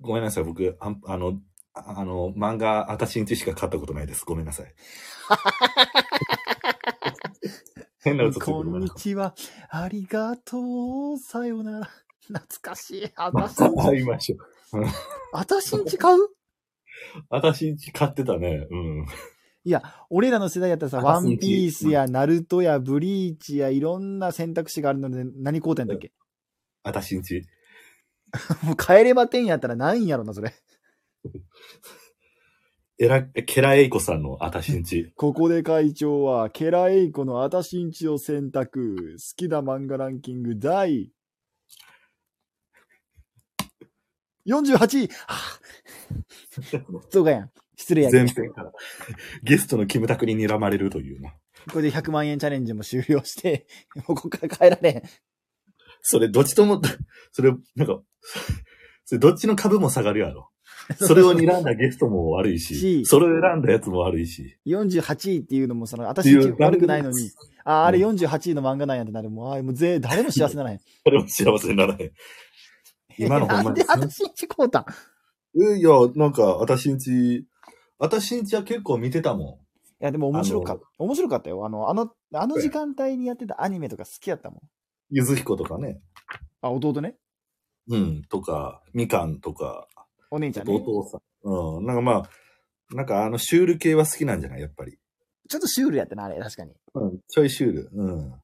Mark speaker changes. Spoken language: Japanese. Speaker 1: ごめんなさい。僕、あんあの、ああの、漫画、私んちしか買ったことないです。ごめんなさ い。 変な嘘ついて
Speaker 2: こ
Speaker 1: ごめ
Speaker 2: ん
Speaker 1: んな
Speaker 2: に
Speaker 1: さい。
Speaker 2: ちは。ありがとう。さよなら。懐かしい。
Speaker 1: ま
Speaker 2: 私
Speaker 1: た
Speaker 2: んち、
Speaker 1: 買いましょう。
Speaker 2: 私んち買う
Speaker 1: 私んち買ってたね。うん。
Speaker 2: 俺らの世代やったらさ、ワ
Speaker 1: 私んち
Speaker 2: ンピースや、ナルトや、ブリーチや、いろんな選択肢があるので、何買うてんだっけ
Speaker 1: 私んち。
Speaker 2: もう帰れば天やったらないんやろな、それ。
Speaker 1: えら、ケラエイコさんの私んち。
Speaker 2: ここで会長は、ケラエイコのあたしんちを選択。好きな漫画ランキング第48位。は ぁ。そうかやん。失礼やけど
Speaker 1: 前編から。ゲストのキムタクに睨まれるというな。
Speaker 2: これで100万円チャレンジも終了して、 もうここから帰られん。
Speaker 1: それ、どっちとも、それ、なんか、それどっちの株も下がるやろ。それを 睨んだゲストも悪いし、
Speaker 2: し
Speaker 1: それを選んだやつも悪いし。
Speaker 2: 48位っていうのも、その、
Speaker 1: って
Speaker 2: 私
Speaker 1: い
Speaker 2: んち
Speaker 1: う番
Speaker 2: 悪
Speaker 1: 組
Speaker 2: くないのに、。あー、あれ48位の漫画なんやってなる。もう、あーもうぜ、誰も幸せならへん。
Speaker 1: それは幸せにならへん。 今のほ
Speaker 2: なん
Speaker 1: ま
Speaker 2: ん
Speaker 1: に
Speaker 2: で。私んちこうたん
Speaker 1: えいや、なんか、私んち、私んちは結構見てたも
Speaker 2: いや、でも面白か
Speaker 1: あ
Speaker 2: った。面白かったよ。あの、あの、あの時間帯にやってたアニメとか好きやったもん。
Speaker 1: ん。ゆずひことかね。
Speaker 2: あ、弟ね。
Speaker 1: うん、とか、みかんとか、
Speaker 2: お姉ちゃんね。
Speaker 1: お
Speaker 2: ちょ
Speaker 1: 父さん。うん、なんかまあ、なんかあのシュール系は好きなんじゃないやっぱり。
Speaker 2: っとシュールやったな、あれ。確かに。
Speaker 1: うん、ちょいシュール。うん。